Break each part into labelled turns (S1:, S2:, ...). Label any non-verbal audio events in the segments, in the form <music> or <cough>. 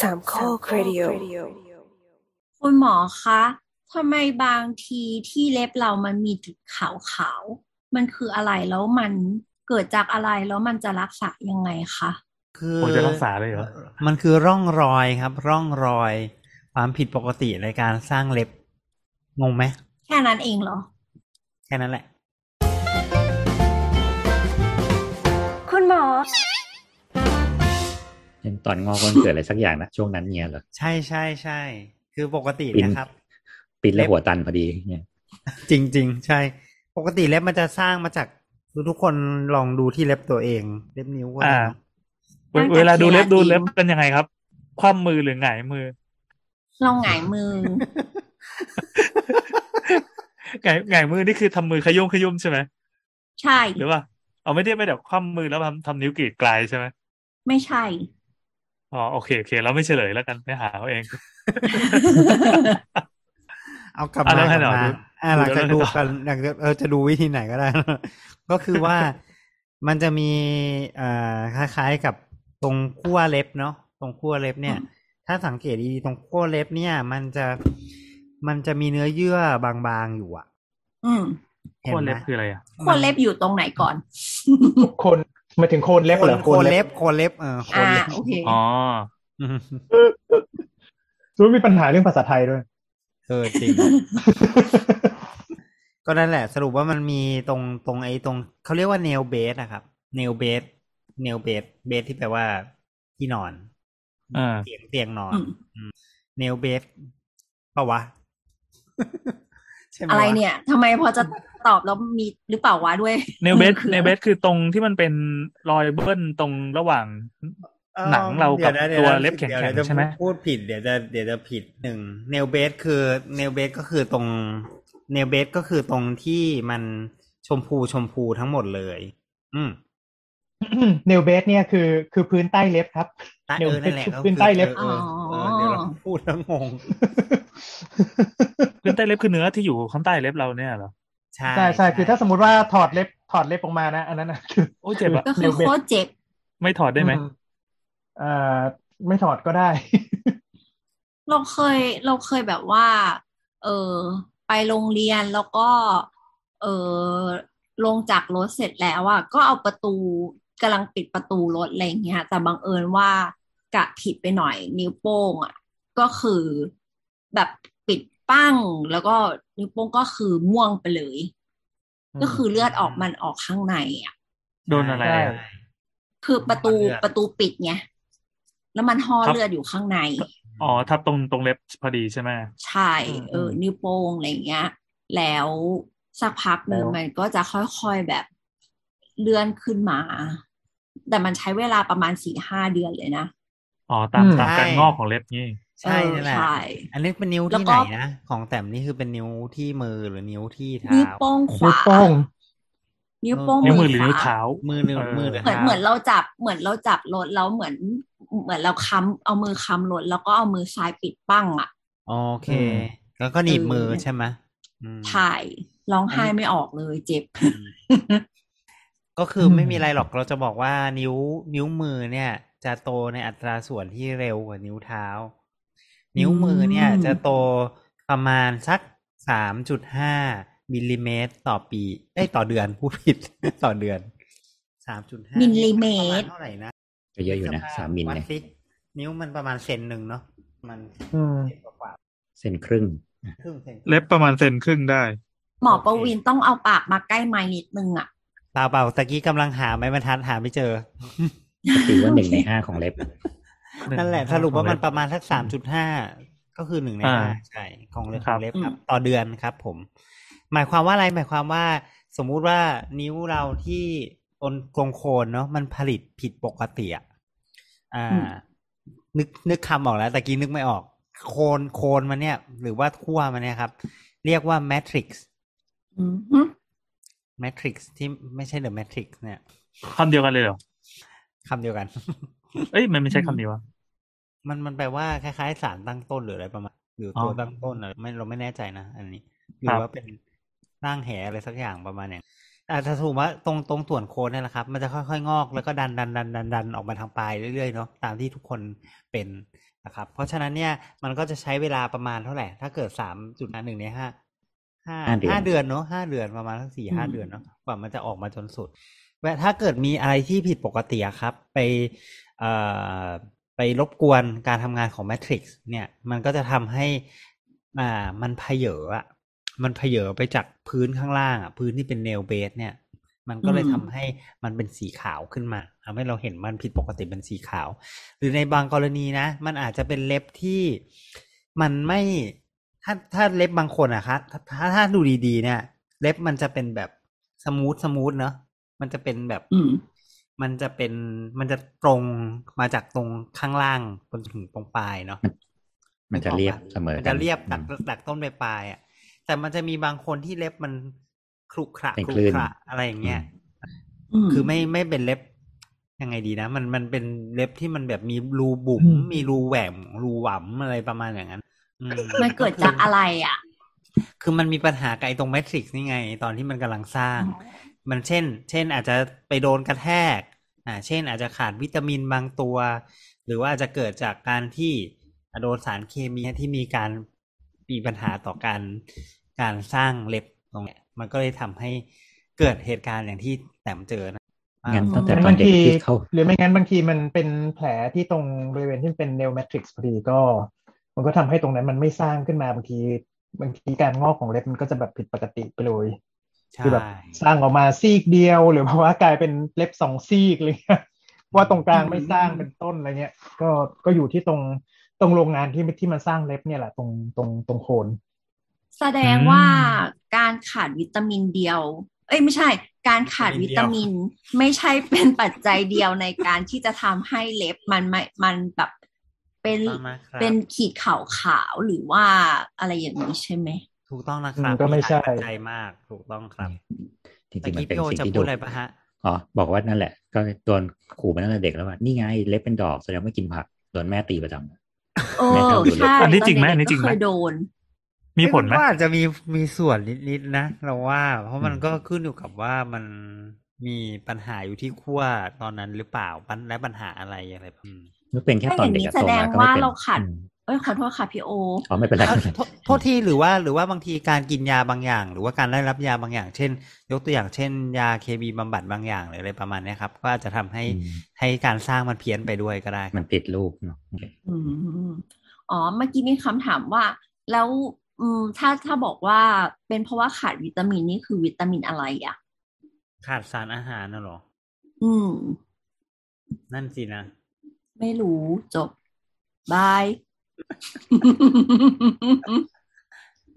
S1: สามข้อครดิโอ
S2: คุณหมอคะทำไมบางทีที่เล็บเรามันมีจุดขาวๆ มันคืออะไรแล้วมันเกิดจากอะไรแล้วมันจะรักษายังไงคะ
S3: คือ
S4: โอ้จะรักษาเลยเหรอ
S3: มันคือร่องรอยครับ ร่องรอย ความผิดปกติในการสร้างเล็บงงไหม
S2: แค่นั้นเองเหรอ
S3: แค่นั้นแหละ
S1: คุณหมอ
S5: เป็นตอนงอกวันเกิดอะไรสักอย่างนะช่วงนั้นเนี่ยเหรอ
S3: ใช่ใช่ใช่คือปกติ
S5: ปิน
S3: นะครับ
S5: ปินและหัวตันพอดีเนี่ย
S3: จริงจริงใช่ ปกติเล็บมันจะสร้างมาจากทุกคนลองดูที่เล็บตัวเอง เล็บนิ้วก็ได้
S4: อ่า
S3: เนอะ
S4: เวลา
S2: ตั้งแต่
S4: เวลาดูเล็บ
S2: เคราติน
S4: ดูเล็บเป็นยังไงครับ คว่ำมือหรือหงายมือ <laughs>
S2: ลองหงายมือ
S4: หงายหงายมือนี่คือทำมือขยุ่มขยุ่มใช่ไหม
S2: ใช่
S4: หรือว่า เอาไม่ได้ไม่แบบคว่ำมือแล้วทำทำนิ้วกรีดกลายใช่ไหม
S2: ไม่ใช่
S4: อ๋อโอเคโอเคเราไม่เฉลยแล้วกันไปหาเอาเอง
S3: <laughs> เอากลับมา
S4: อ่ะแล้ว
S3: ก
S4: ให้
S3: ลับ
S4: ห
S3: มา
S4: น่อยดู
S3: อ่าหลังจาก
S4: ดู
S3: ดู
S4: แล้วให้
S3: กัน
S4: ต่อ
S3: หลังจากเออจะดูวิธีไหนก็ได้ <laughs> ก็คือว่ามันจะมีเอ่อคล้ายๆกับตรงขั้วเล็บเนาะตรงขั้วเล็บเนี่ย
S2: อืม
S3: ถ้าสังเกตดีๆตรงขั้วเล็บเนี่ย มันจะมันจะมีเนื้อเยื่อบางๆอยู่อะ
S2: อืม
S3: เห็น
S4: คน
S3: ไหม
S4: เล็บคืออะไรอ่ะ
S2: ควรเล็บอยู่ตรงไหนก่อน
S6: คนหมายถึงโคนเล็บเหรอ
S3: โคนเล็บโคนเล็บเออโค
S2: อ่าน
S3: เล็บ
S2: โอเค
S4: อ๋อ
S3: อืม
S6: เออเออ <laughs> รู้ว่ามีปัญหาเรื่องภาษาไทยด้วย
S3: เออจริง <laughs> ก็นั่นแหละ สรุปว่ามันมีตรงตรงไอ้ตรงเขาเรียกว่าเนลเบสนะครับเนลเบสเนลเบสเบสที่แปลว่าที่นอน
S4: อ่า
S3: เตียงเตียงนอน
S2: อืม
S3: เนลเบสปะว <laughs> ะ ใช่หมว
S2: อะไรเนี่ยทำไมพอจะตอบแล้วมีหรือเปล่าวะด้วย
S4: เนลเบส
S2: คือ
S4: เนลเบสคือตรงที่มันเป็นรอยเบิ้ลตรงระหว่าง
S3: อ่อ
S4: หนังเรากับ
S3: ดี๋ยนะ
S4: ตัว
S3: ดี๋ยนะ
S4: เล็บแข็งๆ
S3: ดี๋ยวจะ
S4: ใช่ไหม
S3: พูดผิดเดี๋ยวจะเดี๋ยวจะผิดหนึ่งเนลเบสคือเนลเบสก็คือตรงเนลเบสก็คือตรงที่มันชมพูชมพูทั้งหมดเลย อืม
S6: <coughs> เนลเบสเนี่ยคือคือพื้นใต้เล็บครับ
S3: ใต้เออนั่นแหละก็คือ
S6: เป็นใต้เล็บ
S3: ออเออเดี๋ยวเราพูดแล้วงง
S4: พื้นใต้เล็บคือเนื้อที่อยู่ข้างใต้เล็บเราเนี่ยเหรอ
S3: ใช่
S6: ใช่ใช่คือถ้าสมมติว่าถอดเล็บถอดเล็บออกมานะ อันนั้นนะคือ
S4: โอ้ยเจ็บอะ
S2: ก็คือ
S6: เนลเบส
S2: โคตรเจ็บ
S4: ไม่ถอดได้ไหม
S6: อืเอ่อไม่ถอดก็ได้
S2: เราเคยเราเคยแบบว่า เออไปโรงเรียนแล้วก็ เออลงจากรถเสร็จแล้วอ่ะก็เอาประตูกำลังปิดประตูรถอะไรอย่างเงี้ยแต่บังเอิญว่ากะผิดไปหน่อยนิ้วโป้งอ่ะก็คือแบบปิดปั้ง แล้วก็นิ้วโป้งก็คือม่วงไปเลย ก็คือเลือดออกมันออกข้างในอ่ะ
S4: โดนอะไรอะ
S3: ใช่
S2: คือประตู
S3: ห่อเลือด
S2: ประตูปิดไงแล้วมันห่อ
S4: ครับ
S2: เลือดอยู่ข้างใน
S4: อ๋อทับตรงตรงเล็บพอดีใช่ไหม
S2: ใช่
S6: อืม
S2: เออนิ้วโป้งอะไรเงี้ย แล้วสักพักหนึ่ง
S6: แล้ว
S2: มันก็จะค่อยๆแบบเลื่อนขึ้นมา แต่มันใช้เวลาประมาณสี่ห้าเดือนเลยนะ
S4: อ๋อตาม
S6: อืม
S4: ตามการ
S3: ใช่
S4: งอกของเล็บนี่
S3: ใช่
S2: เออ
S3: นั่นแหละ
S2: ใช่
S3: อันนี้เป็นนิ้ว
S2: แล้ว
S3: ที่
S2: ก็
S3: ไหนนะของแต้มนี่คือเป็นนิ้วที่มือหรือนิ้วที่เท้า
S2: นิ้วโป้งข
S6: นิ้ว
S2: วา
S6: โป้ง
S2: นิ้วโป้ง
S4: นิ้วมือหรือนิ้ว
S2: ขวา
S4: เท้า
S3: มือหนึ่ง
S4: เออ
S3: มือหรือ
S2: เหมือน
S3: ท้า
S2: เหมือนเราจับเหมือนเราจับรถแล้วเหมือน เหมือนเราค้ำเอามือค้ำรถแล้วก็เอามือซ้ายปิดปั้งอ่ะ
S3: โอเค
S6: อืม
S3: แล้วก็หนีบมือ
S2: เออ
S3: ใช่ไหมอืม
S2: ถ่ายร้องไห้
S3: อันนี้
S2: ไม่ออกเลยเจ็บ
S3: ก็คือไม่มีอะไรหรอกเราจะบอกว่านิ้วนิ้วมือเนี่ย จะโตในอัตราส่วนที่เร็วกว่านิ้วเท้า นิ้วมือเนี่ย
S2: อืม
S3: จะโตประมาณสักสามจุดห้ามิลลิเมตรต่อปี เอ้ยต่อเดือนผู้ผิด <laughs> ต่อเดือนสามจุดห้า
S2: มิ
S3: มิ
S2: ลลิเมตร
S3: เท่าไหร่นะ
S5: ก็เยอะอยู่นะสามมิล
S3: วัด
S5: เนี่ย
S3: สินิ้วมันประมาณเซนหนึ่งเนาะมัน
S6: อืม
S3: เซนกว่า
S5: เส้นครึ่ง
S3: ๆครึ่งเซน
S4: เล็บประมาณเซนครึ่งได้
S2: หมอประวินต้องเอาปากมาใกล้ไม้นิดนึงอ่ะ
S3: เปล่าเปล่าตะกี้กำลังหาไม้บรรทัดหาไม่เจอ
S5: ตีว่าหนึ่งในห้าของเล็บ
S3: นั่นแหละสรุปว่ามันประมาณสักสามจุดห้าก็คือหนึ่งใน
S4: อ่า
S3: ห้าใช่ของเล็บ
S4: ครับ
S3: เล็บ
S2: อืม
S3: ครับ ต่อเดือนครับ ผม หมายความว่าอะไรหมายความว่า สมมุติว่านิ้วเราที่ตนตรงโคนเนาะมันผลิตผิดปกติอะอ่า นึกนึกคำออกแล้วตะกี้นึกไม่ออก โคนโคนมันเนี่ย หรือว่าขั้วมันเนี่ยครับ เรียกว่าแมทริกซ์
S2: อืมฮึ
S3: แมทริกซ์ที่ไม่ใช่เดอะแมทริกซ์เนี่ย
S4: คำเดียวกันเลยเหรอ
S3: คำเดียวกัน
S4: เอ้ยมันไม่ใช่คำนี้วะ
S3: มันมันแปลว่าคล้ายๆสารตั้งต้นหรืออะไรประมาณหรืออ
S4: อ
S3: ตัวตั้งต้นอะไรไม่เราไม่แน่ใจนะ อันนี้หรื
S4: ครั
S3: อบ ว่าเป็นร่างแหอะไรสักอย่างประมาณอย่างอาจจะถูกว่าตรงตรงส่วนโคนเนี่ยแหละครับ มันจะค่อยๆงอกแล้วก็ดันดันดันดันดันออกมาทางปลายเรื่อยๆเนาะตามที่ทุกคนเป็น แต่ นะครับเพราะฉะนั้นเนี่ยมันก็จะใช้เวลาประมาณเท่าไหร่ ถ้าเกิดสามจุดหนึ่งเนี่ยห้าห้า
S5: ห้าเดือ
S3: ห้าเดือ
S5: น
S3: นเนาะห้าเดือนประมาณสักสี่ห้า
S2: อืม
S3: เดือนเนาะกว่ามันจะออกมาจนสุดและถ้าเกิดมีอะไรที่ผิดปกติอะครับ ไปเอ่อไปรบกวนการทำงานของแมทริกซ์เนี่ยมันก็จะทำให้อ่ามันเพเยออะมันเพเยอไปจากพื้นข้างล่างอะพื้นที่เป็นเนลเบสเนี่ย มันก็เลย
S2: อืม
S3: ทำให้มันเป็นสีขาวขึ้นมาทำให้เราเห็นมันผิดปกติเป็นสีขาว หรือในบางกรณีนะ มันอาจจะเป็นเล็บที่มันไม่ถ้าถ้าเล็บบางคนอะครับถ้าถ้าถ้าดูดีๆ เนี่ย เล็บมันจะเป็นแบบสมูทสมูทเนอะมันจะเป็นแบบ
S2: อืม
S3: มันจะเป็นมันจะตรงมาจากตรงข้างล่างจนถึงตรงปลายเนาะ
S5: มันจะเรียบเสมอ
S3: มัน
S5: กั
S3: จะ
S5: น
S3: เรียบดัก
S5: อืม
S3: ดักต้นไปปลายอะแต่มันจะมีบางคนที่เล็บมันครุขระ
S5: เป็น
S3: ครุ
S5: คลื่น
S3: ขระอะไรอย่างเงี้ย
S2: อืม
S3: คือไม่ไม่เป็นเล็บยังไงดีนะ มันมันเป็นเล็บที่มันแบบมีรูบุ๋ม
S6: อืม
S3: มีรูแหว่งรูหวำอะไรประมาณอย่างนั้น อืม
S2: มันเกิดจากอะไรอ่ะ
S3: คือมันมีปัญหากับไอ้ตรงแมทริกซ์นี่ไง ตอนที่มันกำลังสร้าง มันเช่น เช่นอาจจะไปโดนกระแทก อ่า เช่นอาจจะขาดวิตามินบางตัว หรือว่าอาจจะเกิดจากการที่โดนสารเคมีที่มีการมีปัญหาต่อการการสร้างเล็บตรงเนี้ยมันก็เลยทำให้เกิดเหตุการณ์อย่างที่แต้มเจอนะ
S5: งั้นตั้งแต่
S6: งั้น
S5: ตอน
S6: บาง
S5: เด็ก
S6: ที
S5: ที่เขา
S6: หรือไม่งั้นบางทีมันเป็นแผลที่ตรงบริเวณที่เป็นเนลแมทริกซ์พอดีก็ มันก็ทำให้ตรงนั้นมันไม่สร้างขึ้นมาบางที บางทีการงอกของเล็บมันก็จะแบบผิดปกติไปเลย คือแบบสร้างออกมาซีกเดียวหรือเพราะว่ากลายเป็นเล็บสองซีกอะไรเงี้ยว่าตรงกลางไม่สร้างเป็นต้นอะไรเงี้ย ก็ก็อยู่ที่ตรงตรงโรงงานที่ที่มันสร้างเล็บเนี่ยแหละตรงตรงตรงโคน
S2: แสดงว่าการขาดวิตามินเดียว เอ้ยไม่ใช่ การขาดวิตามิน ไม่ใช่เป็นปัจจัยเดียวในการที่จะทำให้เล็บมันไม่มันแบบเป็น
S3: ประมาณครับ
S2: เป็นขีดขาวขาวๆหรือว่าอะไรอย่างนี้ใช่ไหม
S3: ถูกต้องนะครับ
S6: มันก็ไม่ใช่
S3: หลายปัจจัยมาก ถูกต้องครับ
S5: จริงๆมัน
S3: ตะ
S5: เป็น
S3: พี่โอ
S5: สิ่ง
S3: จะ
S5: ที่
S3: พู
S5: ดู
S3: ดอะไรปะฮะ
S5: อ๋อบอกว่านั่นแหละ ก็โดนขู่มาตั้งแต่เด็กแล้วว่านี่ไงเล็บเป็นดอกแสดงว่ากินผักโดนแม่ตีประจำ
S2: โอ้
S5: แม่ครับ
S2: ใช่
S4: อันนี้จริงไหมอันนี้จริงไหม
S2: ก็เคยโดน
S4: มีผลไหม
S3: ว่าอาจจะมีมีส่วนนิดๆนะ เราว่า เพราะมัน
S5: อืม
S3: ก็ขึ้นอยู่กับว่ามันมีปัญหาอยู่ที่ขั้วตอนนั้นหรือเปล่าปัญและปัญหาอะไรอะไรแบบนี้
S5: ก็เป็นแค่ตอนเด็กอะ
S2: ถ้า
S5: โต
S2: อย่างนี้
S5: มา
S2: แสดง
S5: ก็ไม่
S2: ว่า
S5: เป็น
S2: เราขาด
S5: อืม
S2: เอ้ยขอโทษค่ะพี่โอ
S5: อ๋อไม่เป็นไร
S3: เอ้าโทษโทษทีหรือว่าหรือว่าบางทีการกินยาบางอย่าง หรือว่าการได้รับยาบางอย่าง เช่น ยกตัวอย่างเช่น ยาเคบีบำบัดบางอย่างหรืออะไรประมาณเนี้ยครับ ก็อาจจะทำให้
S5: อืม
S3: ให้การสร้างมันเพี้ยนไปด้วยก็ได้ครับ
S5: มันผิดรูปเนาะโอเค
S2: อืมอ๋อ เมื่อกี้มีคำถามว่า แล้ว อืม ถ้าถ้าบอกว่าเป็นเพราะว่าขาดวิตามินนี่คือวิตามินอะไรอ่ะ
S3: ขาดสารอาหารน่ะเหรอ
S2: อืม
S3: นั่นสินะ
S2: ไม่รู้จบ บาย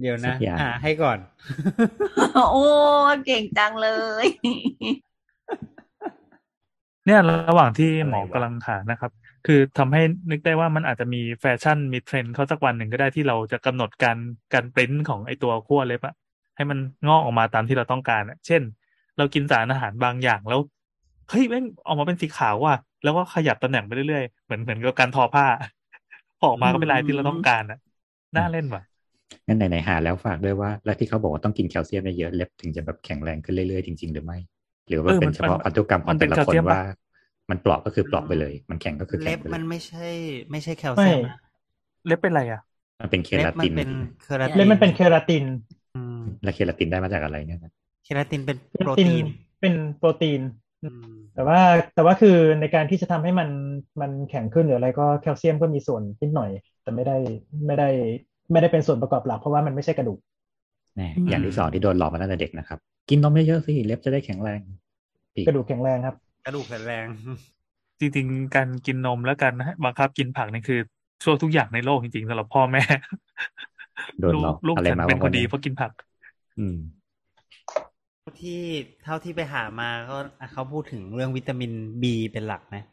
S3: เดี๋ยว
S5: สั
S3: นะ
S5: กอย่าง
S3: หาให้ก่อน
S2: <laughs> โอ้เก่งจังเลย
S4: เนี่ยระหว่างที่หมอ
S3: อะไรวะ
S4: กำลังถามนะครับ คือทำให้นึกได้ว่ามันอาจจะมีแฟชั่นมีเทรนด์เข้าสักวันหนึ่งก็ได้ที่เราจะกำหนดการการปริ้นของไอตัวขั้วเล็บอะให้มันงอกออกมาตามที่เราต้องการอะเช่น เรากินสารอาหารบางอย่างแล้วเฮ้ยแม่งออกมาเป็นสีขาวว่ะแล้วก็ขยับตำแหน่งไปเรื่อยๆเหมือนเหมือนกับการทอผ้า <laughs> ออกมาก็เป็นลายที่เราต้องการอะน่าเล่นว่ะ
S5: งั้นไหนๆหาแล้วฝากด้วยว่า แล้วที่เขาบอกว่าต้องกินแคลเซียมเยอะๆเล็บถึงจะแบบแข็งแรงขึ้นเรื่อยๆจริงๆหรือไม่ หรือว่า
S4: เออ
S5: เป็
S4: มัน น
S5: เฉพาะ
S4: มัน
S5: พันธุกรรมขอ
S4: มั
S5: ง
S4: นเป็
S5: แต่
S4: น
S5: ละคน
S4: calcium ปะ
S5: ว่า มันเปลอกก็คือเปลอกไปเลย มันแข็งก็คือแข็
S3: เล็
S5: ง
S3: บ
S5: ไปเล
S3: มั
S5: ย
S3: นไม่ใช่ ไม่ใช่แคลเซียมนะ
S4: เล็บเป็นไรอะ
S5: มันเป็นเค
S3: เล็บ
S5: ลา
S3: มั
S5: ติ
S3: น
S5: น
S3: เป็นเคราติน
S6: เล็บมันเป็นเคราติน
S3: อืม
S5: แล้วเคลาตินได้มาจากอะไรเนี่ยนะ
S3: เคราตินเป็น
S6: เค
S3: โปร
S6: ราติน
S3: ตีน
S6: เป็นโปรตีน
S3: อืม
S6: แต่ว่าแต่ว่าคือในการที่จะทำให้มันมันแข็งขึ้นหรืออะไรก็แคลเซียมก็มีส่วนนิดหน่อย แต่ไม่ได้ไม่ได้ไม่ได้เป็นส่วนประกอบหลักเพราะว่ามันไม่ใช่กระดูก
S5: แน่
S2: อืม
S5: อย่างที่สองที่โดนหลอกมาตั้งแต่เด็กนะครับ กินนมเยอะๆสิเล็บจะได้แข็งแรงอีก
S6: กระดูกแข็งแรงครับ
S3: กระดูกแข็งแรง
S4: จริงๆ การกินนมและการให้บังคับกินผักนี่คือช่วยทุกอย่างในโลกจริงๆสำหรับพ่อแม่
S5: โดนหลอก
S4: ลูก
S5: อะไร
S4: ฉัน
S5: มา
S4: เป็น
S5: วะ
S4: คนดี
S5: ย
S4: เพราะกินผั <laughs> ก
S5: อืม
S3: ที่เท่าที่ไปหามาก็อ่ะเขาพูดถึงเรื่องวิตามิน B เป็นหลักนะ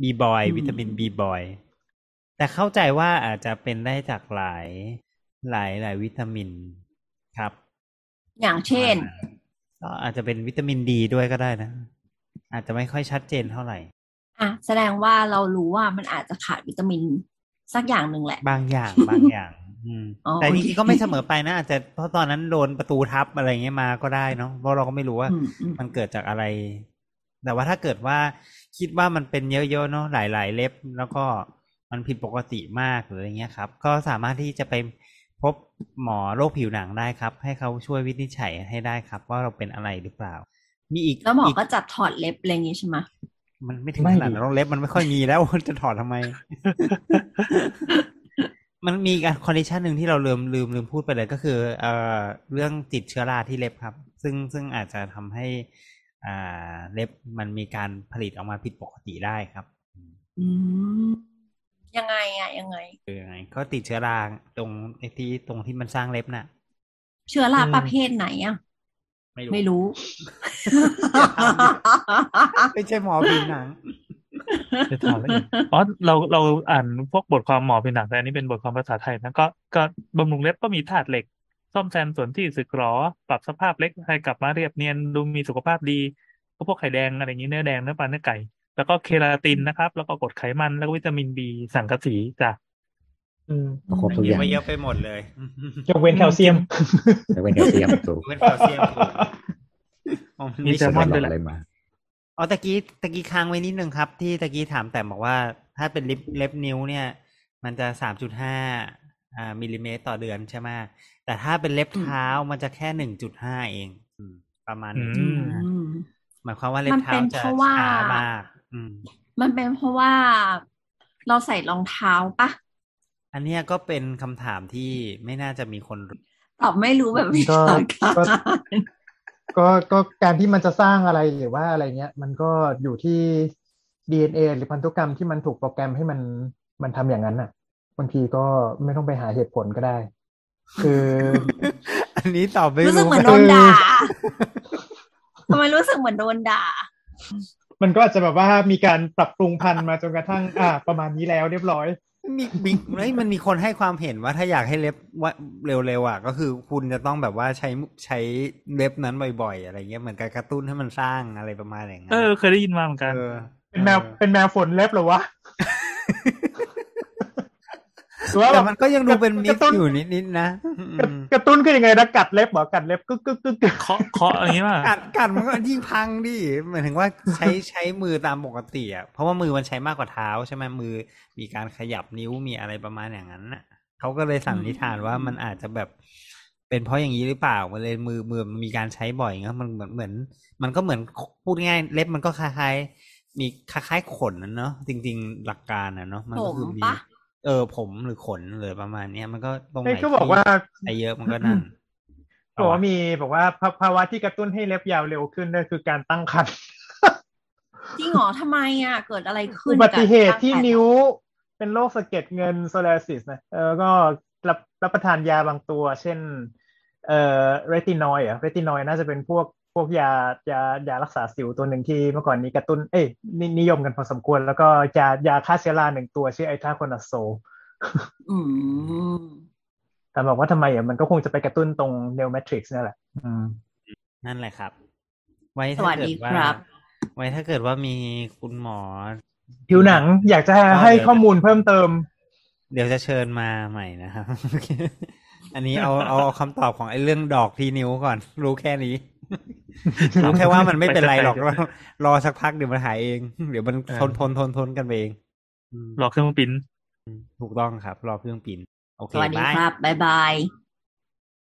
S3: B บอย
S2: อืม
S3: วิตามิน B บอยแต่เข้าใจว่าอาจจะเป็นได้จากหลายหลายหลายวิตามินครับ
S2: อย่างเช่น
S3: ก็อาจจะเป็นวิตามินดีด้วยก็ได้นะ อาจจะไม่ค่อยชัดเจนเท่าไหร่
S2: อ่ะ แสดงว่าเรารู้ว่ามันอาจจะขาดวิตามินสักอย่างหนึ่งแหละ
S3: บาง <laughs> อย่าง บางอย่าง อืม
S2: อ๋อ
S3: แต่
S2: โอเค
S3: จริงๆก็ไม่เสมอไปนะอาจจะเพราะตอนนั้นโดนประตูทับอะไรเงี้ยมาก็ได้เนาะเพราะเราก็ไม่รู้ว่า
S2: อืมอืม
S3: มันเกิดจากอะไร แต่ว่าถ้าเกิดว่าคิดว่ามันเป็นเยอะๆเนาะหลายๆเล็บ แล้วก็ มันผิดปกติมากหรืออะไรเงี้ยครับ ก็สามารถที่จะไปพบหมอโรคผิวหนังได้ครับ ให้เขาช่วยวินิจฉัยให้ได้ครับ ว่าเราเป็นอะไรหรือเปล่า มีอีก
S2: แล้วหมอ
S3: อีก
S2: ก็จับถอดเล็บอะไรอย่างงี้ใช่ไหม
S3: มันไม่ถึง
S6: ไม่
S3: ข
S6: ดิ
S3: นาดนั้นหรอกเล็บมันไม่ค่อยมีแล้ว <laughs> จะถอดทำไม มันมีอีกคอนดิชันหนึ่งที่เราลืมลืมลืมพูดไปเลยก็คือ เอ่อเรื่องติดเชื้อราที่เล็บครับ ซึ่งซึ่งอาจจะทำให้ อ่าเล็บมันมีการผลิตออกมาผิดปกติได้ครับ
S2: อืมยังไงอะยังไง
S3: คือยังไงก็ติดเชื้อราตรงไอ้ที่ตรงที่มันสร้างเล็บน่ะ
S2: เชื้อรา
S6: อืม
S2: ประเภทไหนอะ
S3: ไม่
S2: ไม่รู้
S3: ไม่ใช่หมอผิวหนัง
S4: จะถามอะไรอีกอ๋อเราเราอ่านพวกบทความหมอเป็นหนังแต่อันนี้เป็นบทความภาษาไทยนะก็ก็บำรุงเล็บก็มีธาตุเหล็ก ซ่อมแซมส่วนที่สึกหรอ ปรับสภาพเล็กให้กลับมาเรียบเนียนดูมีสุขภาพดี ก็พวกไข่แดงอะไรอย่างนี้เนื้อแดงเนื้อปลาเนื้อไก่ แล้วก็เคราตินนะครับ แล้วก็กรดไขมันแล้วก็วิตามินบีสังกะสีจ้ะ
S6: อืม
S5: ครบทุกอย่าง
S3: ไม่เยอะไปหมดเลย <laughs>
S6: ยกเว้นแคลเซียม
S5: แล้วเป็นแคลเซียมถูก
S3: เว้นแคลเซียมถูกอ๋อมัน
S4: <laughs> มี
S3: มี
S4: แซลมอน
S5: หล
S4: ด้วย
S5: ก
S4: แหละ
S5: อะไรมา
S3: อ๋อตะกี้ตะกี้ค้างไว้นิดนึงครับ ที่ตะกี้ถามแต่บอกว่า ถ้าเป็นเล็บเล็บนิ้วเนี่ย มันจะสามจุดห้าอ่ามิลลิเมตรต่อเดือนใช่ไหมแต่ถ้าเป็นเล็บเท้ามันจะแค่หนึ่งจุดห้าเองอืมประมาณหนึ่งจุ
S2: <laughs> อื
S3: ดห้าม หมายความว่าเล็บเท้าจะ
S2: มันเป็นเพราะว่า
S3: ช้ามากอืม
S2: มันเป็นเพราะว่าเราใส่รองเท้าปะ
S3: อันเนี้ยก็เป็นคำถามที่ไม่น่าจะมีคนรู้ <laughs>
S2: ตอบไม่รู้แบบมี
S6: ก็
S2: หลักการ
S6: ก็ ก็ก็การที่มันจะสร้างอะไรหรือว่าอะไรเงี้ย มันก็อยู่ที่ DNA หรือพันธุกรรมที่มันถูกโปรแกรมให้มันมันทำอย่างนั้นน่ะบางทีก็ไม่ต้องไปหาเหตุผลก็ได้ คือ
S3: อันนี้ตอบไม่
S2: รู้สึกเหมือนโด
S3: รู้
S2: น
S3: นะ
S2: ด่าทำไมรู้สึกเหมือนโดนด่า
S6: <laughs> มันก็อาจจะแบบว่ามีการปรับปรุงพันธุ์มาจนกระทั่ง อ่า ประมาณนี้แล้วเรียบร้อย
S3: มีมีเฮ้ยมันมีคนให้ความเห็นว่าถ้าอยากให้เล็บว่าเร็วๆอ่ะ ก็คือคุณจะต้องแบบว่าใช้ใช้เล็บนั้นบ่อยๆ อะไรเงี้ยเหมือนการกระตุ้นให้มันสร้างอะไรประมาณอย่างนั้น
S4: เออ เคยได้ยินมาเหมือนกัน
S3: เออ
S6: เป็นแมว
S3: ออ
S6: เป็นแมวฝนเล็บเหรอ <laughs> วะหรือว่าแบ
S3: แต่
S6: บ
S3: มันก็ยังดูเป็นมิต
S6: กระตุ้น
S3: อยู่นิดๆนะ
S6: กระกระตุ้นขึ้นยังไงนะกัดเล็บเหรอกัดเล็บกึกกึกกึกกึก
S4: เคาะเคาะอย่างนี้ว่า
S3: กัดกัดมันก็ยิ่งพังดิหมายถึงว่าใช้ <laughs> ใช้มือตามปกติอ่ะเพราะว่ามือมันใช้มากกว่าเท้าใช่ไหมมือมีการขยับนิ้วมีอะไรประมาณอย่างนั้นน่ะเขาก็เลยสันนิษฐานว่ามันอาจจะแบบ เป็นเพราะอย่างนี้หรือเปล่ามันเลยมือมือมันมีการใช้บ่อยเงี้ยมันเหมือนเหมือน มันก็เหมือนพูดง่ายเล็บมันก็คล้ายๆมีคล้ายๆขนนะเนาะจริง ๆ หลักการนะเนาะมันก็คือมี
S2: ผมปะ
S3: เออผมหรือขนหรือประมาณเนี้ยมันก็ตรงไหน
S6: เฮ้ยก็บอกว่า
S3: ที่ใช้เยอะมันก็นั่น
S6: บอกว่ามีบอกว่าภาภาวะที่กระตุ้นให้เล็บยาวเร็วขึ้นนั่นคือการตั้งครรภ์
S2: จริงเหรอทำไมอ่ะ เกิดอะไรขึ้น
S6: อุ
S2: กับ
S6: บัติเหตุที่
S2: ตั้งแต่
S6: นิ้วเป็นโรคสะเก็ดเงินโซลาซิสนะเออก็รับรับประทานยาบางตัว เช่น เอ่อเรตินอยด์อ่ะเรตินอยด์น่าจะเป็นพวกพวกยายายารักษาสิวตัวหนึ่งที่เมื่อก่อนนี้กระตุ้นเอ้ยนินิยมกันพอสมควร แล้วก็ยายาฆ่าเชื้อราหนึ่งตัวชื่อไอทาโคนาโซ
S2: อืม
S6: แต่บอกว่าทำไมอ่ะมันก็คงจะไปกระตุ้นตรงเนลแมทริกซ์นี่นแหละอืม
S3: นั่นแหละครับ ไว้
S2: ส
S3: ถ้า
S2: วัส
S3: เกิ
S2: ดี
S3: ดว่า
S2: ครับ
S3: ไว้ถ้าเกิดว่ามีคุณหมอ
S6: ผิวหนังอยากจะให้ข้อมูลเพิ่มเติม
S3: เดี๋ยวจะเชิญมาใหม่นะครับ <laughs> อันนี้เอาเอาเอาคำตอบของไอ้เรื่องดอกที่นิ้วก่อน <laughs> รู้แค่นี้ รู้แค่ว่ามันไม่เป็นไรหรอกรอรอสักพักเดี๋ยวมันหายเอง เดี๋ยวมันทนทนทนทนกันไปเองอืม
S4: รอเครื่องปริ้น
S3: ถูกต้องครับ รอเครื่องปิ่นโอเค
S2: สวัสดี
S3: บาย
S2: ครับ บ๊ายบาย